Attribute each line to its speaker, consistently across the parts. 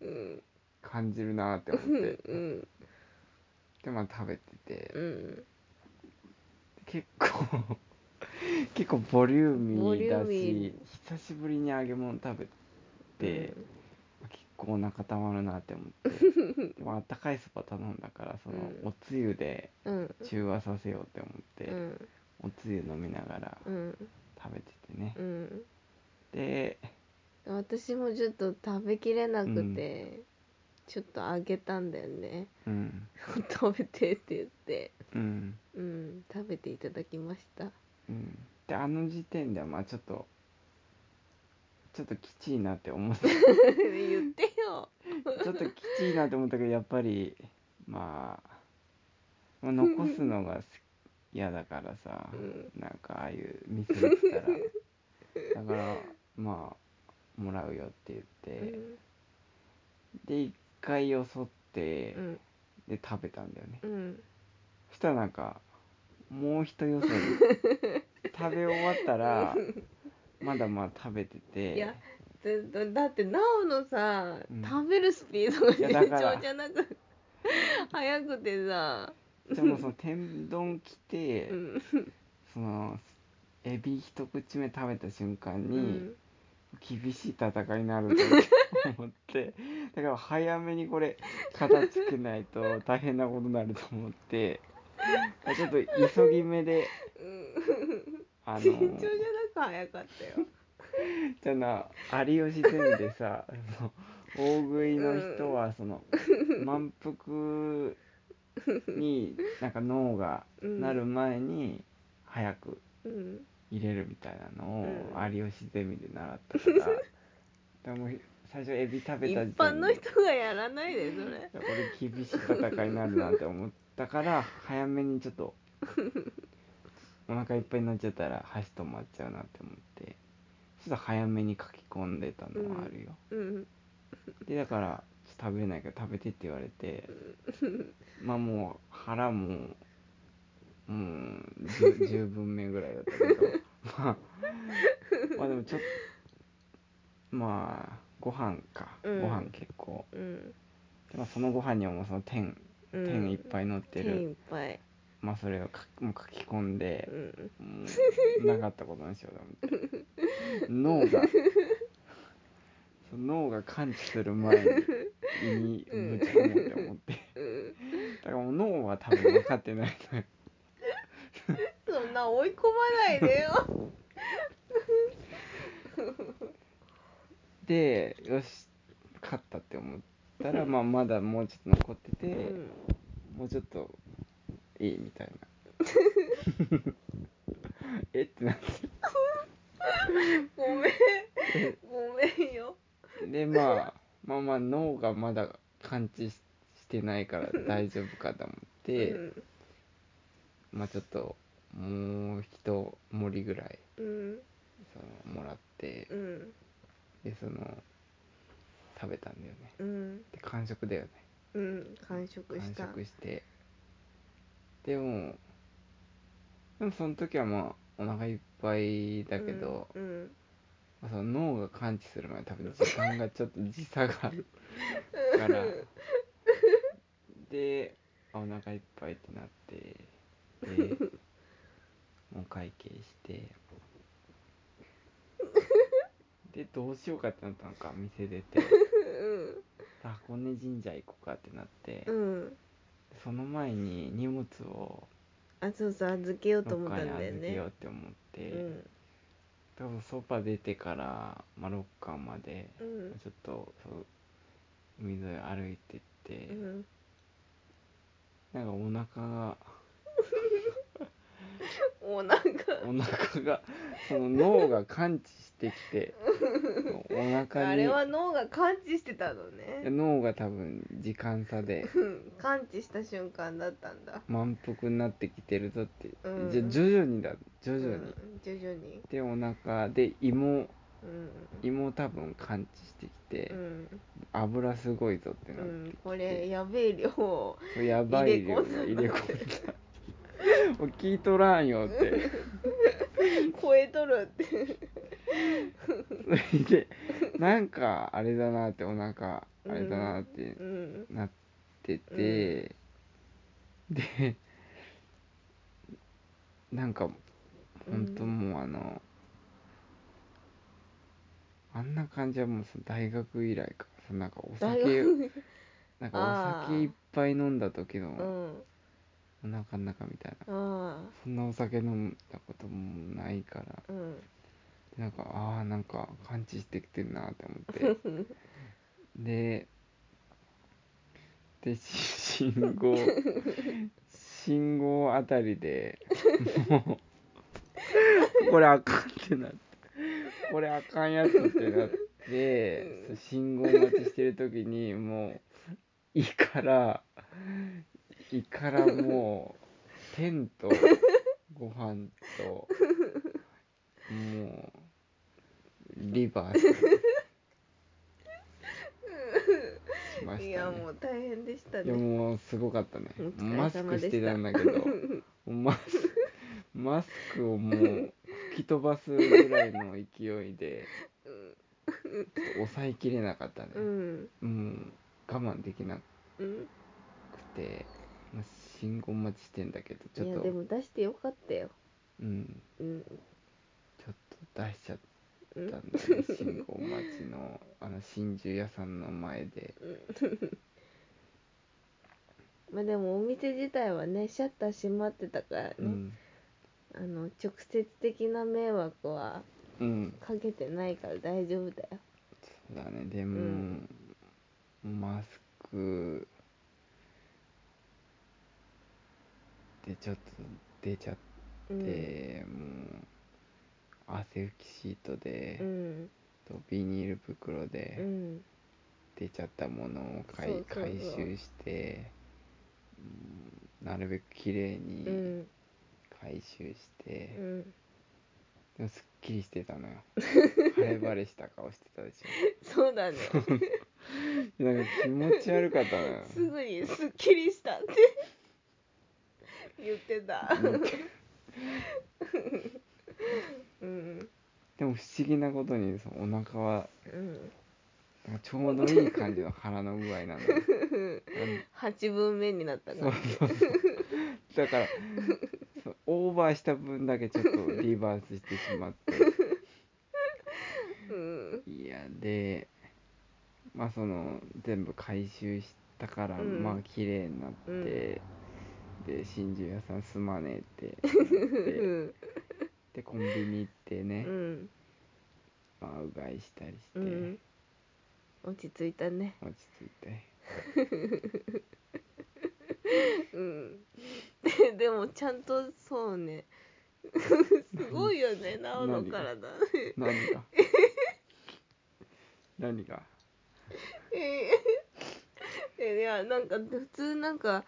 Speaker 1: うん
Speaker 2: 感じるなって思っ
Speaker 1: う
Speaker 2: て
Speaker 1: んうん
Speaker 2: でまあ食べてて
Speaker 1: うん
Speaker 2: 結構 結構ボリュー
Speaker 1: ボ
Speaker 2: ミ
Speaker 1: リ
Speaker 2: ー
Speaker 1: ュ
Speaker 2: だ
Speaker 1: ーミ
Speaker 2: し久しぶりに揚げ物食べて、結構お腹たまるなって思 ってでもあったかいそば頼んだからその、
Speaker 1: うん
Speaker 2: おつゆで
Speaker 1: うん
Speaker 2: 中和させようって思って、
Speaker 1: うん
Speaker 2: おつゆ飲みながら
Speaker 1: うん
Speaker 2: 食べててね、
Speaker 1: うん
Speaker 2: で
Speaker 1: 私もちょっと食べきれなくて、ちょっとあげたんだよね
Speaker 2: うん
Speaker 1: 食べてって言って
Speaker 2: うん
Speaker 1: うん食べていただきました
Speaker 2: うんであの時点ではまあちょっとちょっときちいなって思って
Speaker 1: 言ってよ。
Speaker 2: ちょっときちいなって思ったけどやっぱりまあ、まあ、残すのが好き嫌だからさ、
Speaker 1: うん
Speaker 2: なんかああいうミスだったらだからまあもらうよって言って、で一回よそって、
Speaker 1: うん
Speaker 2: で食べたんだよね
Speaker 1: うん
Speaker 2: そしたらなんかもう一よそに食べ終わったらまだまあ食べてて
Speaker 1: いやずっとだってなおのさ、
Speaker 2: うん
Speaker 1: 食べるスピードが
Speaker 2: いや
Speaker 1: 尋
Speaker 2: だか ら
Speaker 1: 常じゃなく速くてさ、
Speaker 2: でもその天丼来て、
Speaker 1: うん
Speaker 2: そのエビ一口目食べた瞬間
Speaker 1: う
Speaker 2: に、
Speaker 1: ん、
Speaker 2: 厳しい戦いになると思って だから早めにこれ片付けないと 大変なことになると思ってちょっと急ぎ目であの
Speaker 1: 尋常じゃなく速かったよ。
Speaker 2: じゃあな有吉ゼミで さあの大食いの人はその満腹になんか脳がなる前に早く
Speaker 1: うん
Speaker 2: 入れるみたいなの
Speaker 1: う
Speaker 2: を
Speaker 1: ん
Speaker 2: 有吉ゼミで習ったからだ からもう最初エビ食べ
Speaker 1: 一
Speaker 2: た時
Speaker 1: 般
Speaker 2: 点
Speaker 1: の
Speaker 2: で
Speaker 1: 人がやらないでそれ。
Speaker 2: いやこれ厳しい戦いになるなって思ったから早めにちょっ とお腹いっぱいになっちゃったら箸止まっちゃうなって思ってちょっと早めに書き込んでたのはあるよ、
Speaker 1: うん
Speaker 2: でだからちょっと食べれないから食べてって言われ てまあもう腹もうんじゅ十分目ぐらいだったけどまあまあでもちょっとまあご飯か、
Speaker 1: うん
Speaker 2: ご飯結構
Speaker 1: うん
Speaker 2: でまあそのご飯にはもうその天
Speaker 1: うん。
Speaker 2: 天いっぱい乗って
Speaker 1: 手
Speaker 2: る、
Speaker 1: いっぱい。
Speaker 2: まあそれをかもう書き込んで
Speaker 1: う、ん
Speaker 2: もうなかったことにしようと思って脳がその脳が感知する前に胃にぶち込もうって思って
Speaker 1: うん。
Speaker 2: だからもう脳は多分分かってないのよ
Speaker 1: そんな追い込まないでよ。
Speaker 2: でよし勝ったって思ったら、まあ、まだもうちょっと残ってて、
Speaker 1: うん
Speaker 2: もうちょっといいみたいな えってなっ
Speaker 1: ごめんごめんよ。
Speaker 2: でまあまあまあ脳がまだ感知ししてないから大丈夫かと思って、
Speaker 1: うん
Speaker 2: まあちょっともう一盛りぐらい
Speaker 1: うん
Speaker 2: そのもらって
Speaker 1: うん
Speaker 2: でその食べたんだよね
Speaker 1: うん
Speaker 2: で完食だよね
Speaker 1: うん完食
Speaker 2: 完
Speaker 1: した。
Speaker 2: 食してでもでもその時はまあお腹いっぱいだけど、
Speaker 1: うん
Speaker 2: まあその脳が感知する前に多分時間がちょっと時差がある からであお腹いっぱいってなってでもう会計してでどうしようかってなったのか店出てさあ箱根神社行こうかってなって
Speaker 1: うんうん
Speaker 2: その前に荷物を
Speaker 1: あそうそう預けようと
Speaker 2: どっ
Speaker 1: 思っ
Speaker 2: か
Speaker 1: たん
Speaker 2: に
Speaker 1: だよ
Speaker 2: 預け
Speaker 1: ね
Speaker 2: ようっ。て思っ
Speaker 1: う
Speaker 2: て、
Speaker 1: ん
Speaker 2: 多分ソファ出てから、まあ、ロッカーまで
Speaker 1: うん
Speaker 2: ちょっとそう海沿い歩いてって、
Speaker 1: うん
Speaker 2: なんかお腹が
Speaker 1: お腹
Speaker 2: お腹が その脳が感知してき てお腹
Speaker 1: あ
Speaker 2: に
Speaker 1: れは脳が感知してたのね。
Speaker 2: 脳が多分時間差 で
Speaker 1: うん感知した瞬間だったんだ。
Speaker 2: 満腹になってきてるぞって、
Speaker 1: うん
Speaker 2: じゃ徐々にだ徐々に、
Speaker 1: うん徐々に。
Speaker 2: でお腹で胃も
Speaker 1: うん
Speaker 2: 胃も多分感知してきて、
Speaker 1: うん
Speaker 2: 油すごいぞって
Speaker 1: う
Speaker 2: なって、
Speaker 1: んこれやべえ量を
Speaker 2: そうやばい量が
Speaker 1: 入
Speaker 2: 入
Speaker 1: れ
Speaker 2: れ
Speaker 1: 込
Speaker 2: 込ん
Speaker 1: ん
Speaker 2: だ もう聞いとらんよって
Speaker 1: 超えとるって。
Speaker 2: それでなんかあれだなってお腹
Speaker 1: う
Speaker 2: あれだなって
Speaker 1: うん
Speaker 2: なってて、でなんかほんともうあの、あんな感じはもうその大学以来かそのなんかお
Speaker 1: 大
Speaker 2: 酒
Speaker 1: 学
Speaker 2: なんかお酒いっぱい飲んだ時
Speaker 1: う
Speaker 2: の
Speaker 1: ん
Speaker 2: お腹の中みたいな
Speaker 1: ああ
Speaker 2: そんなお酒飲んだこともないから
Speaker 1: うん
Speaker 2: なんかああなんか感知してきてるなって思ってででし信号信号あたりでもうこれあかんってなってこれあかんやつってなってそう信号待ちしてる時にもう胃から胃からもうテンとご飯と。もうリバースしましたね
Speaker 1: いやもう大変でした
Speaker 2: いや
Speaker 1: ね
Speaker 2: もうすごかったね
Speaker 1: お疲れ様
Speaker 2: マスクしてたんだけど マスマスクをもう吹き飛ばすぐらいの勢いでちょっと抑えきれなかったね
Speaker 1: う、ん
Speaker 2: うん、我慢できなく
Speaker 1: うん
Speaker 2: て、まあ、信号待ちしてんだけど
Speaker 1: い
Speaker 2: ちょっ
Speaker 1: や
Speaker 2: と
Speaker 1: でも出してよかったよ
Speaker 2: うん
Speaker 1: うん
Speaker 2: ちょっと出しちゃっ
Speaker 1: う
Speaker 2: たん
Speaker 1: ん
Speaker 2: だね 信号待ちのあの真珠屋さんの前で
Speaker 1: まあでもお店自体はねシャッター閉まってたからね、
Speaker 2: うん、
Speaker 1: あの直接的な迷惑は
Speaker 2: うん、
Speaker 1: かけてないから大丈夫だよ
Speaker 2: そうだねでも、マスクでちょっと出ちゃっ
Speaker 1: うん
Speaker 2: て、もう汗拭きシートで、
Speaker 1: うん
Speaker 2: とビニール袋
Speaker 1: う
Speaker 2: で
Speaker 1: ん
Speaker 2: 出ちゃったものを回
Speaker 1: そうそうそう
Speaker 2: 回収して、うんなるべくきれいうに
Speaker 1: ん
Speaker 2: 回収して、
Speaker 1: うん
Speaker 2: でもすっきりしてた のよ晴れ晴れした顔してたでし
Speaker 1: そうだね
Speaker 2: ょなんか気持ち悪かったのよ
Speaker 1: すぐに「すっきりした」って言ってたうん
Speaker 2: でも不思議なことにそのお腹は
Speaker 1: うん
Speaker 2: なんかちょうどいい感じの腹の具合 なの
Speaker 1: 8分目になったから
Speaker 2: だからそうオーバーした分だけちょっとリバースしてしまって
Speaker 1: うん
Speaker 2: いやでまあその全部回収したから、
Speaker 1: うん
Speaker 2: まあ綺麗になって、
Speaker 1: うん
Speaker 2: で真珠屋さんすまねえって
Speaker 1: う
Speaker 2: なって
Speaker 1: ん
Speaker 2: でコンビニ行ってね、
Speaker 1: うん
Speaker 2: まあうがいしたりして、
Speaker 1: うん落ち着いたね
Speaker 2: 落ち着いて
Speaker 1: うんででもちゃんとそうねすごいよねなおの体
Speaker 2: 何 が何が
Speaker 1: ええいやなんか普通なんか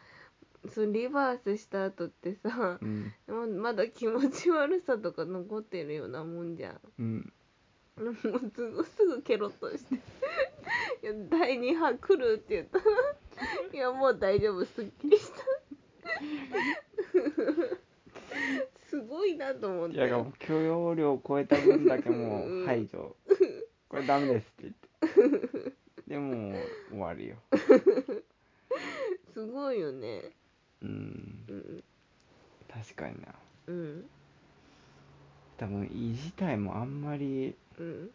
Speaker 1: そうリバースした後ってさ
Speaker 2: うん
Speaker 1: ままだ気持ち悪さとか残ってるようなもんじゃん
Speaker 2: うん
Speaker 1: もうすぐすぐケロッとして「いや第2波来る」って言ったら「いやもう大丈夫すっきりした」すごいなと思っ
Speaker 2: い
Speaker 1: て
Speaker 2: やがもう許容量を超えた分だけ もう排除これダメですって言ってでもう終わりよ
Speaker 1: すごいよね
Speaker 2: うん
Speaker 1: うん
Speaker 2: 確かにな
Speaker 1: うん
Speaker 2: 多分胃自体もあんまり、
Speaker 1: うん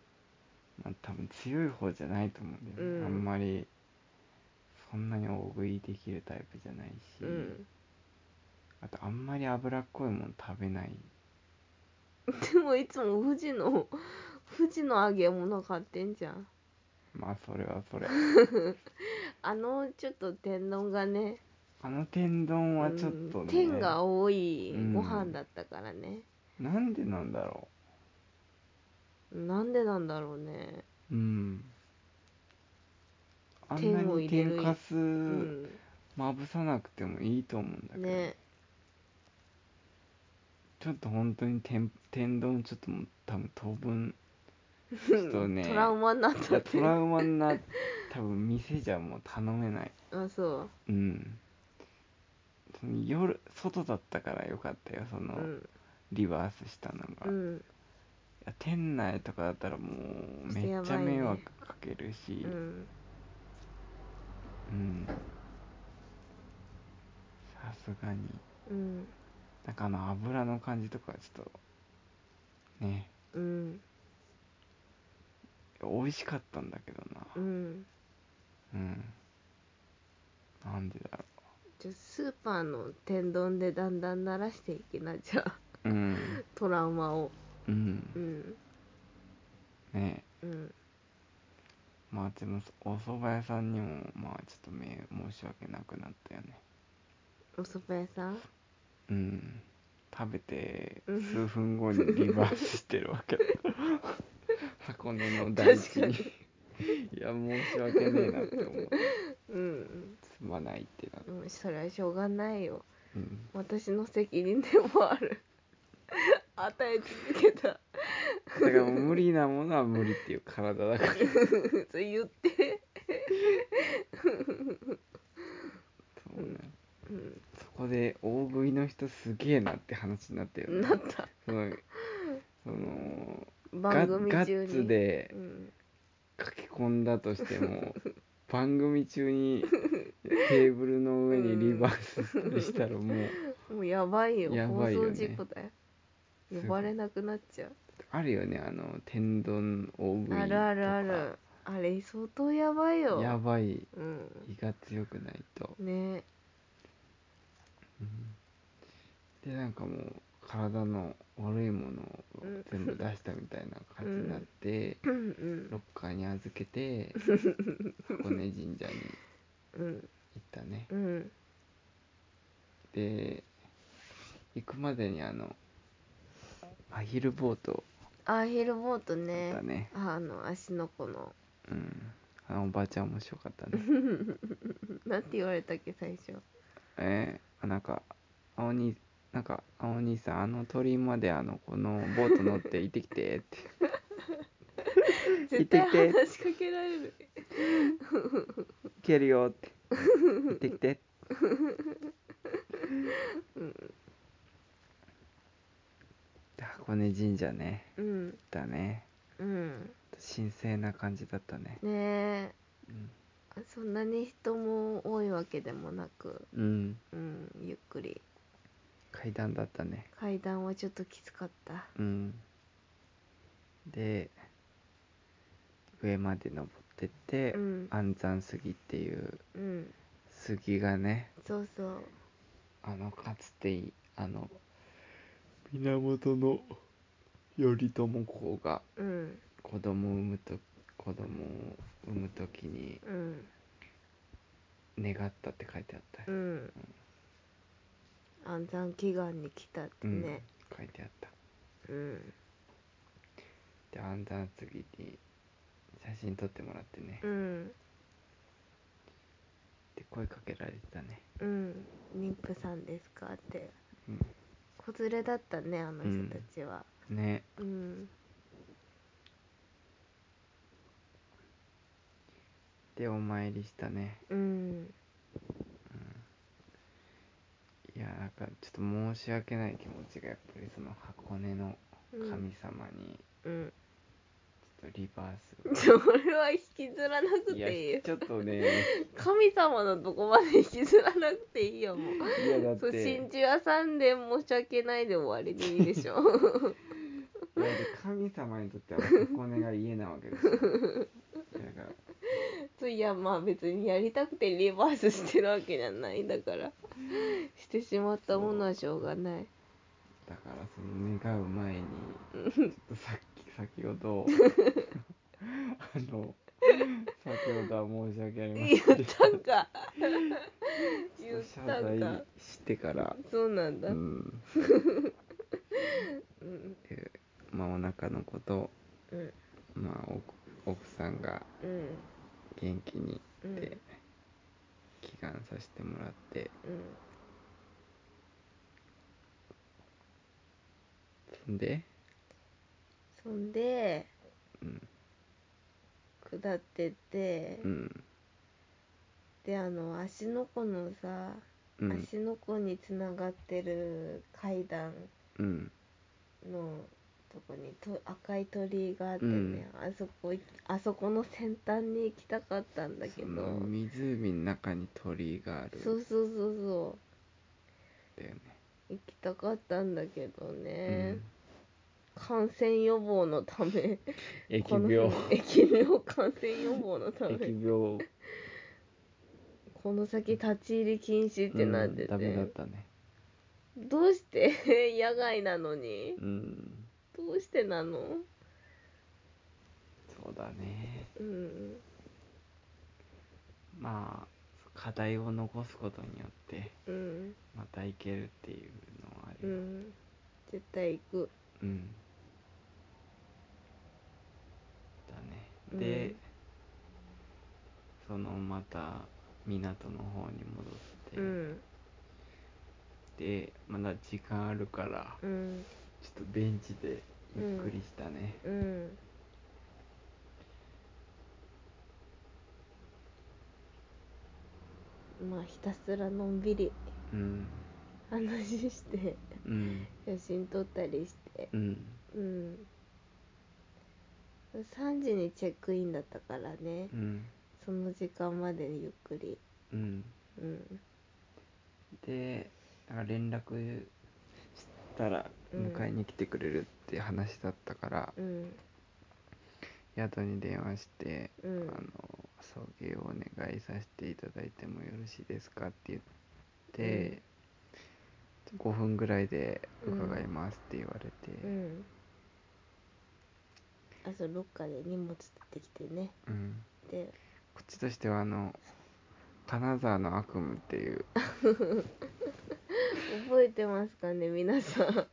Speaker 2: まあ、多分強い方じゃないと思うんだよね、
Speaker 1: うん
Speaker 2: あんまりそんなに大食いできるタイプじゃないし、
Speaker 1: うん
Speaker 2: あとあんまり脂っこいもの食べない
Speaker 1: でもいつも富士の富士の揚げ物買ってんじゃん
Speaker 2: まあそれは それ
Speaker 1: あのちょっと天丼がね
Speaker 2: あの天丼はちょっと
Speaker 1: うん
Speaker 2: ね、
Speaker 1: 天が多い
Speaker 2: うん
Speaker 1: ご飯だったからね、
Speaker 2: なんでなんだろ
Speaker 1: なんでなんだろうね
Speaker 2: ううんあんな
Speaker 1: 天を
Speaker 2: に
Speaker 1: 入れる
Speaker 2: 天かす、
Speaker 1: うん
Speaker 2: まぶさなくてもいいと思うんだけど、
Speaker 1: ね
Speaker 2: ちょっと本当に天天丼ちょっともう多分当分ちょっとね
Speaker 1: トラウマになっ
Speaker 2: い
Speaker 1: た
Speaker 2: や
Speaker 1: って
Speaker 2: トラウマにな多分店じゃもう頼めない
Speaker 1: あそう
Speaker 2: うんその夜外だったからよかったよそうの、
Speaker 1: ん
Speaker 2: リバースしたのが、
Speaker 1: う
Speaker 2: い
Speaker 1: ん
Speaker 2: や店内とかだったらもうめっちゃ迷惑かけるし、
Speaker 1: うん
Speaker 2: すがに
Speaker 1: うん
Speaker 2: なんかあの油の感じとかはちょっとね
Speaker 1: うん
Speaker 2: 美味しかったんだけどな
Speaker 1: うん
Speaker 2: うんなんでだろ
Speaker 1: じゃあスーパーの天丼でだんだん慣らしていきなじゃあ
Speaker 2: ううん
Speaker 1: トラウマを
Speaker 2: う
Speaker 1: うんん
Speaker 2: ね
Speaker 1: うん
Speaker 2: まあでもお蕎麦屋さんにもまあちょっと目申し訳なくなったよね
Speaker 1: お蕎麦屋さん
Speaker 2: うん食べて
Speaker 1: うん
Speaker 2: 数分後にリバースしてるわけだ 箱根の大地にいや申し訳ねえなって思う
Speaker 1: うん
Speaker 2: すまないってな
Speaker 1: うんそれはしょうがないよ
Speaker 2: うん
Speaker 1: 私の責任でもある与え続けた
Speaker 2: だから無理なものは無理っていう体だから
Speaker 1: そう言って
Speaker 2: そうね
Speaker 1: うん
Speaker 2: そこで大食いの人すげえなって話になったよね
Speaker 1: なった
Speaker 2: そのそのガ
Speaker 1: 番組
Speaker 2: ガ
Speaker 1: 中
Speaker 2: ッ
Speaker 1: に
Speaker 2: ツで
Speaker 1: うん
Speaker 2: 書き込んだとしても番組中にテーブルの上にリバースしたりしたらもう
Speaker 1: もうやばいよ
Speaker 2: やばいよ
Speaker 1: 放
Speaker 2: ね
Speaker 1: 送事故だよ
Speaker 2: すごい
Speaker 1: 呼ばれなくなっちゃう
Speaker 2: あるよねあの天丼大食いとか
Speaker 1: あるあるあるあれ相当やばいよ
Speaker 2: やばい
Speaker 1: うん
Speaker 2: 胃が強くないと、
Speaker 1: ね
Speaker 2: でなんかもう体の悪いものを全部出したみたいな感じになって、
Speaker 1: うんうん
Speaker 2: ロッカーに預けて箱根神社に行
Speaker 1: うん
Speaker 2: ったね
Speaker 1: うん
Speaker 2: で行くまでにあのアヒルボート
Speaker 1: アヒルボートね
Speaker 2: だね
Speaker 1: あの足の子の
Speaker 2: うんあのおばあちゃん面白かったね
Speaker 1: なんて言われたっけ最初
Speaker 2: えー、なんか青になんか青兄さんあの鳥居まであのこのボート乗って行ってきてって
Speaker 1: 絶対
Speaker 2: 行ってきて
Speaker 1: 話しかけられる
Speaker 2: 行けるよって行ってきてで箱根神社ね
Speaker 1: うん
Speaker 2: だね
Speaker 1: うん
Speaker 2: 神聖な感じだったね
Speaker 1: ねえ
Speaker 2: うん
Speaker 1: そんなに人も多いわけでもなく
Speaker 2: うん
Speaker 1: うんゆっくり
Speaker 2: 階段だったね
Speaker 1: 階段はちょっときつかった
Speaker 2: うんで上まで登ってって、
Speaker 1: うん
Speaker 2: 安山杉っていう
Speaker 1: うん
Speaker 2: 杉がね
Speaker 1: そうそう
Speaker 2: あのかつていあの源の頼朝公が
Speaker 1: うん
Speaker 2: 子供を産むと子供を産む時に
Speaker 1: うん
Speaker 2: 願ったって書いてあった
Speaker 1: う
Speaker 2: よ、
Speaker 1: ん安産祈願に来たって
Speaker 2: うん
Speaker 1: ね
Speaker 2: 書いてあった
Speaker 1: うん
Speaker 2: で安山杉に写真撮ってもらってね、
Speaker 1: うん
Speaker 2: で声かけられてたね
Speaker 1: うん妊婦さんですかって
Speaker 2: うん
Speaker 1: 子連れだったねあの人たちは
Speaker 2: ね
Speaker 1: うん
Speaker 2: でお参りしたね
Speaker 1: うん
Speaker 2: いやなんかちょっと申し訳ない気持ちがやっぱりその箱根の
Speaker 1: うん
Speaker 2: 神様に
Speaker 1: うん
Speaker 2: ちょっとリバースを、
Speaker 1: それは引きずらなく
Speaker 2: いや
Speaker 1: ていいよ
Speaker 2: ちょっと ね
Speaker 1: 神様のとこまで引きずらなくていいよもう
Speaker 2: いやだっ
Speaker 1: そう
Speaker 2: て
Speaker 1: 真珠屋さんで申し訳ないで終わりでいいでしょ
Speaker 2: いやだって神様にとっては箱根が家なわけです よだから
Speaker 1: そういやまあ別にやりたくてリバースしてるわけじゃないんだからしてしまったものはしょうがない
Speaker 2: だからその願う前にちょっとさっき先ほ どあの先ほどは申し訳ありません
Speaker 1: 言った んか言った
Speaker 2: 謝
Speaker 1: んか
Speaker 2: 罪してから
Speaker 1: そうなんだ
Speaker 2: う
Speaker 1: うん
Speaker 2: ん
Speaker 1: うん
Speaker 2: でまあお腹のことを
Speaker 1: うん
Speaker 2: まあ奥奥さんが
Speaker 1: うん
Speaker 2: 元気に
Speaker 1: うん
Speaker 2: って祈願させてもらってそんで
Speaker 1: そんで
Speaker 2: うん
Speaker 1: 下ってって、
Speaker 2: うん
Speaker 1: であの芦ノ湖のさ
Speaker 2: うん
Speaker 1: 芦ノ湖につながってる階段
Speaker 2: うん
Speaker 1: のとこにと赤い鳥居があってね、
Speaker 2: うん
Speaker 1: あそこいあそこの先端に行きたかったんだけ
Speaker 2: そ
Speaker 1: ど
Speaker 2: の湖の中に鳥居がある
Speaker 1: そうそうそうそう
Speaker 2: ったよね、
Speaker 1: 行きたかったんだけどね、
Speaker 2: うん
Speaker 1: 感染予防のためこの
Speaker 2: 疫病
Speaker 1: 疫病感染予防のため
Speaker 2: 疫病
Speaker 1: この先立ち入り禁止ってなっ
Speaker 2: う
Speaker 1: てて、
Speaker 2: んダメだったね
Speaker 1: どうして 野外なのに
Speaker 2: うん
Speaker 1: どうしてなの
Speaker 2: そうだね
Speaker 1: うん
Speaker 2: まあ課題を残すことによって
Speaker 1: うん
Speaker 2: またいけるっていうのはあ
Speaker 1: う
Speaker 2: るよ
Speaker 1: ん絶対行く
Speaker 2: うんだねで、
Speaker 1: うん
Speaker 2: そのまた港の方に戻って、
Speaker 1: うん
Speaker 2: でまだ時間あるから
Speaker 1: うん
Speaker 2: ちょっとベンチでゆっくりしたね、
Speaker 1: うんまあひたすらのんびり
Speaker 2: うん
Speaker 1: 話して
Speaker 2: うん
Speaker 1: 写真撮ったりして
Speaker 2: うん
Speaker 1: うん3時にチェックインだったからね
Speaker 2: うん
Speaker 1: その時間までゆっくり
Speaker 2: うん
Speaker 1: うん
Speaker 2: でなんか連絡したら
Speaker 1: うん
Speaker 2: 迎えに来てくれるって話だったから、
Speaker 1: うん
Speaker 2: 宿に電話して、
Speaker 1: う
Speaker 2: あの
Speaker 1: ん
Speaker 2: 送迎をお願いさせていただいてもよろしいですかって言って、5分ぐらいで伺いますって言われて、
Speaker 1: うんあそうロッカーで荷物取ってきてね
Speaker 2: うん
Speaker 1: で
Speaker 2: こっちとしてはあの金沢の悪夢っていう
Speaker 1: 覚えてますかね皆さん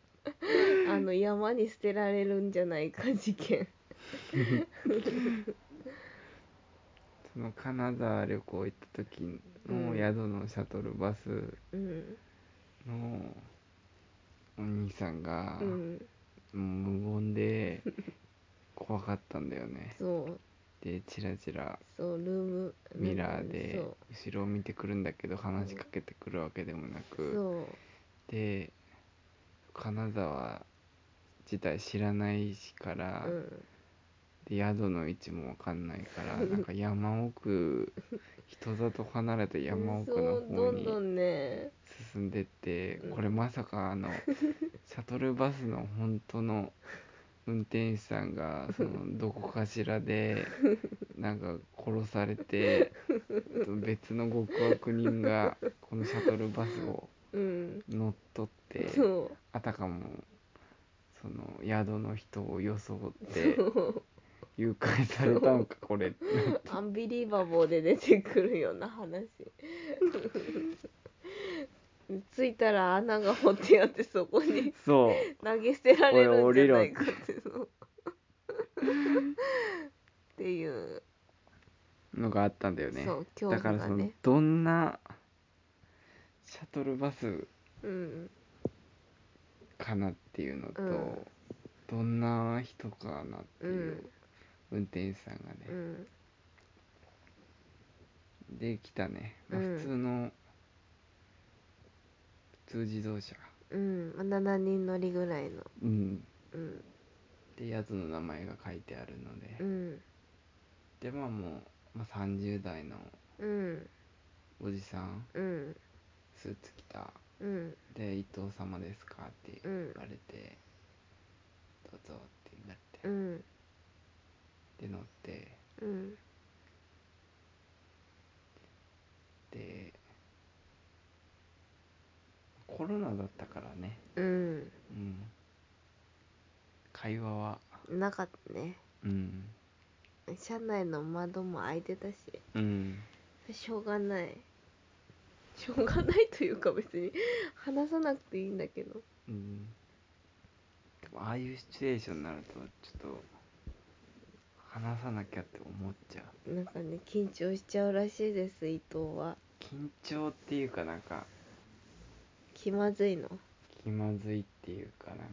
Speaker 1: あの山に捨てられるんじゃないか事件
Speaker 2: その金沢旅行行った時
Speaker 1: う
Speaker 2: の
Speaker 1: ん
Speaker 2: 宿のシャトルバス
Speaker 1: うん
Speaker 2: のお兄さんが、
Speaker 1: うん
Speaker 2: もう無言で怖かったんだよね
Speaker 1: そう
Speaker 2: でチラチラ
Speaker 1: そうルーム
Speaker 2: ミラー
Speaker 1: う
Speaker 2: で
Speaker 1: ん
Speaker 2: 後ろを見てくるんだけど話しかけてくるわけでもな
Speaker 1: そう
Speaker 2: くで金沢自体知らないしから
Speaker 1: そう、うん
Speaker 2: で宿の位置もわかんないからなんか山奥人里離れた山奥の
Speaker 1: そうど
Speaker 2: 方
Speaker 1: んど
Speaker 2: に
Speaker 1: んね
Speaker 2: 進んでって
Speaker 1: うん
Speaker 2: これまさかあ のシャトルバスの本当の運転手さんがそのどこかしらでなんか殺されて別の極悪人がこのシャトルバスを
Speaker 1: うん
Speaker 2: 乗っ取って
Speaker 1: そう
Speaker 2: あたかもその宿の人を装って誘拐されたんかこれって
Speaker 1: アンビリーバボーで出てくるよう な話着いたら穴が掘ってあってそこに
Speaker 2: そう
Speaker 1: 投げ捨てられるんじゃないかっていうのっていう、
Speaker 2: のがあったんだよね
Speaker 1: そう恐
Speaker 2: だか
Speaker 1: 怖
Speaker 2: ら
Speaker 1: が
Speaker 2: その
Speaker 1: ね
Speaker 2: どんなシャトルバス
Speaker 1: うん
Speaker 2: かなっていうのと、
Speaker 1: うん
Speaker 2: どんな人かなって
Speaker 1: う
Speaker 2: い
Speaker 1: ん
Speaker 2: う運転手さんがね
Speaker 1: う、ん
Speaker 2: できたね、まあ
Speaker 1: うん
Speaker 2: 普通の普通自動車
Speaker 1: うんまあ7人乗りぐらいの
Speaker 2: うん
Speaker 1: うん
Speaker 2: でやつの名前が書いてあるので、
Speaker 1: うん
Speaker 2: でまあもう、まあ、30代の
Speaker 1: うん
Speaker 2: おじさん
Speaker 1: うん
Speaker 2: スーツ着た
Speaker 1: うん
Speaker 2: で「伊藤様ですか?」って
Speaker 1: う
Speaker 2: 言
Speaker 1: ん
Speaker 2: われて「どうぞ」って言われて、
Speaker 1: うん
Speaker 2: で乗って
Speaker 1: うん
Speaker 2: でコロナだったからね
Speaker 1: うん
Speaker 2: うん会話は
Speaker 1: なかったね
Speaker 2: うん
Speaker 1: 車内の窓も開いてたし
Speaker 2: うん
Speaker 1: しょうがないしょうがないというか別に話さなくていいんだけど
Speaker 2: うんでもああいうシチュエーションになるとちょっと話さなきゃって思っちゃう
Speaker 1: なんかね緊張しちゃうらしいです伊藤は
Speaker 2: 緊張っていうかなんか
Speaker 1: 気まずいの
Speaker 2: 気まずいっていうかなんか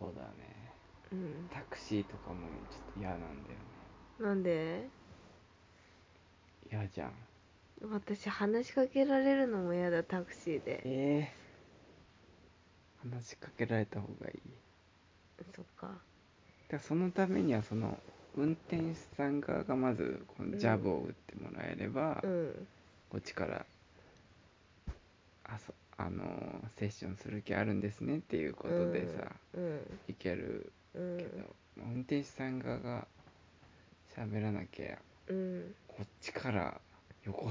Speaker 2: そうだね
Speaker 1: うん
Speaker 2: タクシーとかもちょっと嫌なんだよね
Speaker 1: なんで
Speaker 2: 嫌じゃん
Speaker 1: 私話しかけられるのも嫌だタクシーで
Speaker 2: ええ話しかけられた方がいい
Speaker 1: そっか
Speaker 2: だからそのためにはその運転手さん側がまずこのジャブを打ってもらえれば、
Speaker 1: うん
Speaker 2: こっちからあそあのーセッションする気あるんですねっていうことでさ、
Speaker 1: うん
Speaker 2: いける
Speaker 1: うん
Speaker 2: けど、まあ運転手さん側が喋らなきゃ
Speaker 1: うん
Speaker 2: こっちから横